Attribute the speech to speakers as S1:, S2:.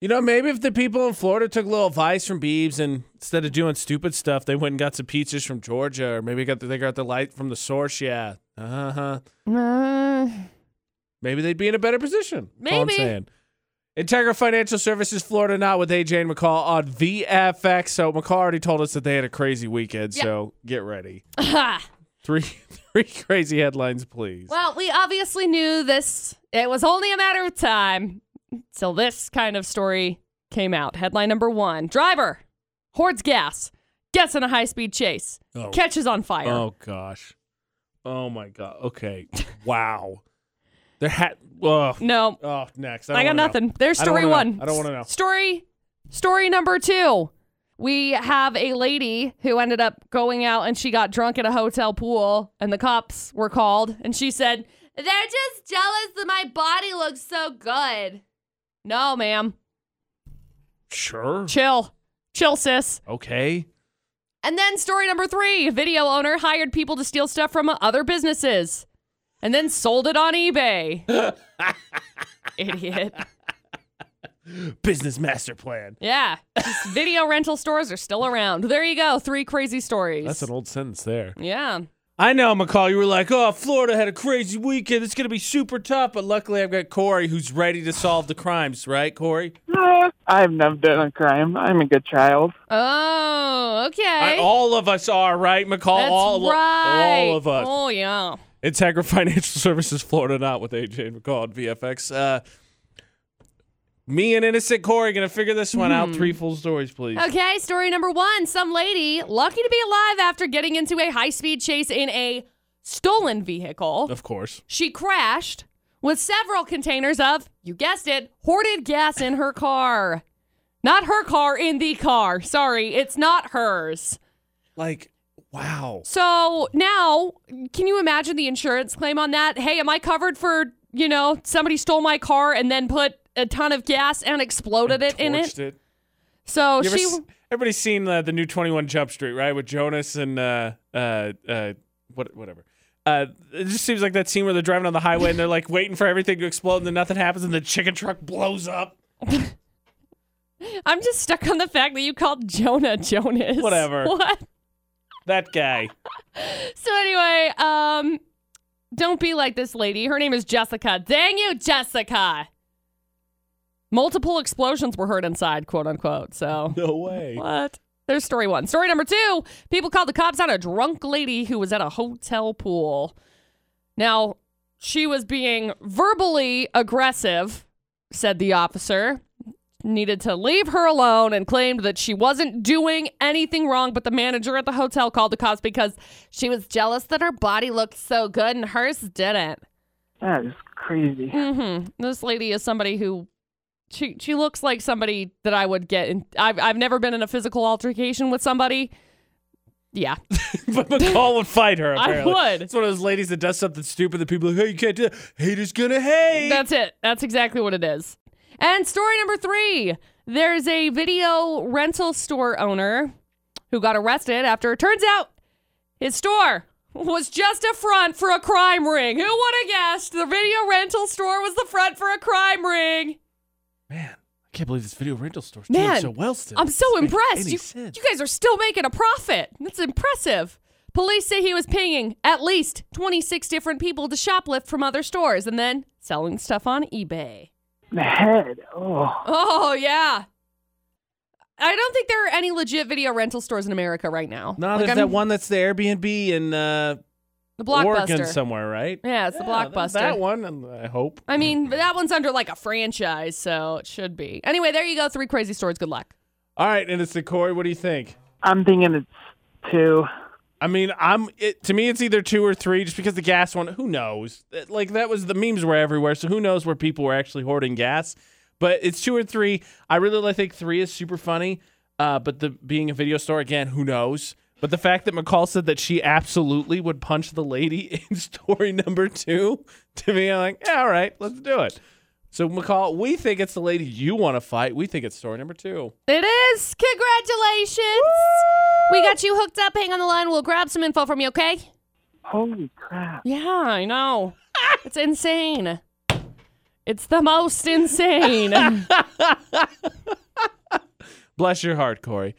S1: You know, maybe if the people in Florida took a little advice from Beebs and instead of doing stupid stuff, they went and got some pizzas from Georgia, or maybe got the, they got the light from the source. Yeah, uh huh.
S2: Uh,
S1: Maybe they'd be in a better position. That's all I'm
S2: Maybe.
S1: saying. Integra Financial Services, Florida, not with AJ and McCall on VFX. So McCall already told us that they had a crazy weekend.
S2: Yeah.
S1: So get ready.
S2: aha.
S1: Three, three crazy headlines, please.
S2: well, we obviously knew this. It was only a matter of time till this kind of story came out. Headline number one Driver hoards gas, gets in a high speed chase,
S1: Oh.
S2: catches on fire.
S1: Oh gosh. Oh my god. Okay. wow. There had. Oh.
S2: No,
S1: Oh, next. I,
S2: I,
S1: don't
S2: got
S1: wanna know.
S2: nothing. There's
S1: I don't
S2: story
S1: wanna know.
S2: one.
S1: I don't want to know.
S2: Story story number two. We have a lady who ended up going out and she got drunk at a hotel pool and the cops were called and she said, They're just jealous that my body looks so good. No, ma'am.
S1: Sure.
S2: Chill. Chill, sis.
S1: Okay.
S2: And then story number three video owner hired people to steal stuff from other businesses and then sold it on eBay. Idiot.
S1: Business master plan.
S2: Yeah. Just video rental stores are still around. There you go. Three crazy stories.
S1: That's an old sentence there.
S2: Yeah.
S1: I know, McCall. You were like, "Oh, Florida had a crazy weekend. It's gonna be super tough." But luckily, I've got Corey, who's ready to solve the crimes. Right, Corey?
S3: Uh, I've never done a crime. I'm a good child.
S2: Oh, okay.
S1: I- all of us are right, McCall.
S2: That's
S1: all,
S2: right.
S1: all of us.
S2: Oh, yeah.
S1: Integra Financial Services, Florida, not with AJ and McCall at VFX. Uh, me and innocent Corey gonna figure this one out. Three full stories, please.
S2: Hmm. Okay, story number one. Some lady lucky to be alive after getting into a high speed chase in a stolen vehicle.
S1: Of course.
S2: She crashed with several containers of, you guessed it, hoarded gas in her car. Not her car, in the car. Sorry, it's not hers.
S1: Like, wow.
S2: So now, can you imagine the insurance claim on that? Hey, am I covered for, you know, somebody stole my car and then put a ton of gas and exploded it in it?
S1: Torched it.
S2: So
S1: You ever
S2: Oh, she.
S1: s- everybody's seen uh, the new Twenty One Jump Street, right? With Jonas and uh, uh, uh, what, whatever. Uh, it just seems like that scene where they're driving on the highway and they're like waiting for everything to explode, and then nothing happens, and the chicken truck blows up.
S2: I'm just stuck on the fact that you called Jonah Jonas.
S1: Whatever.
S2: What?
S1: That guy.
S2: So anyway, um, don't be like this lady. Her name is Jessica. Dang you, Jessica. Multiple explosions were heard inside, quote unquote. So.
S1: No way.
S2: What? There's story one. Story number two people called the cops on a drunk lady who was at a hotel pool. Now, she was being verbally aggressive, said the officer. Needed to leave her alone and claimed that she wasn't doing anything wrong, but the manager at the hotel called the cops because she was jealous that her body looked so good and hers didn't.
S3: That is crazy.
S2: hmm This lady is somebody who she she looks like somebody that I would get in. I've I've never been in a physical altercation with somebody. Yeah,
S1: but McCall would fight her.
S2: I
S1: Apparently.
S2: would.
S1: It's one of those ladies that does something stupid that people are like, hey, you can't do that. Haters gonna hate.
S2: that's it. That's exactly what it is. And story number three: there's a video rental store owner who got arrested after it turns out his store was just a front for a crime ring. Who would have guessed? The video rental store was the front for a crime ring.
S1: Man, I can't believe this video rental store's
S2: Man,
S1: doing so well still.
S2: I'm so
S1: Doesn't make
S2: impressed.
S1: any
S2: You,
S1: sense.
S2: you guys are still making a profit. That's impressive. Police say he was pinging at least 26 different people to shoplift from other stores and then selling stuff on eBay.
S3: The head. Oh,
S2: Oh, yeah. I don't think there are any legit video rental stores in America right now.
S1: no,
S2: Like,
S1: there's
S2: I'm-
S1: that one that's the Airbnb in uh,
S2: The
S1: Oregon
S2: Blockbuster.
S1: somewhere, right?
S2: yeah, it's the
S1: that-
S2: Blockbuster.
S1: That one, and I hope.
S2: I mean, but that one's under like a franchise, so it should be. Anyway, there you go. Three crazy stores. Good luck.
S1: All right, and it's the Corey. What do you think?
S3: I'm thinking it's two.
S1: I mean, I'm it, to me, it's either two or three, just because the gas one. Who knows? It- Like that was the memes were everywhere, so who knows where people were actually hoarding gas? But it's two or three. I really like- think three is super funny. Uh, but the being a video store again, who knows? But the fact that McCall said that she absolutely would punch the lady in story number two, to me, I'm like, yeah, all right, let's do it. So McCall, we think it's the lady you want to fight. We think it's story number two.
S2: It is. Congratulations. We got you hooked up. Hang on the line. We'll grab some info from you, okay?
S3: Holy crap.
S2: Yeah, I know. it's insane. It's the most insane.
S1: Bless your heart, Corey.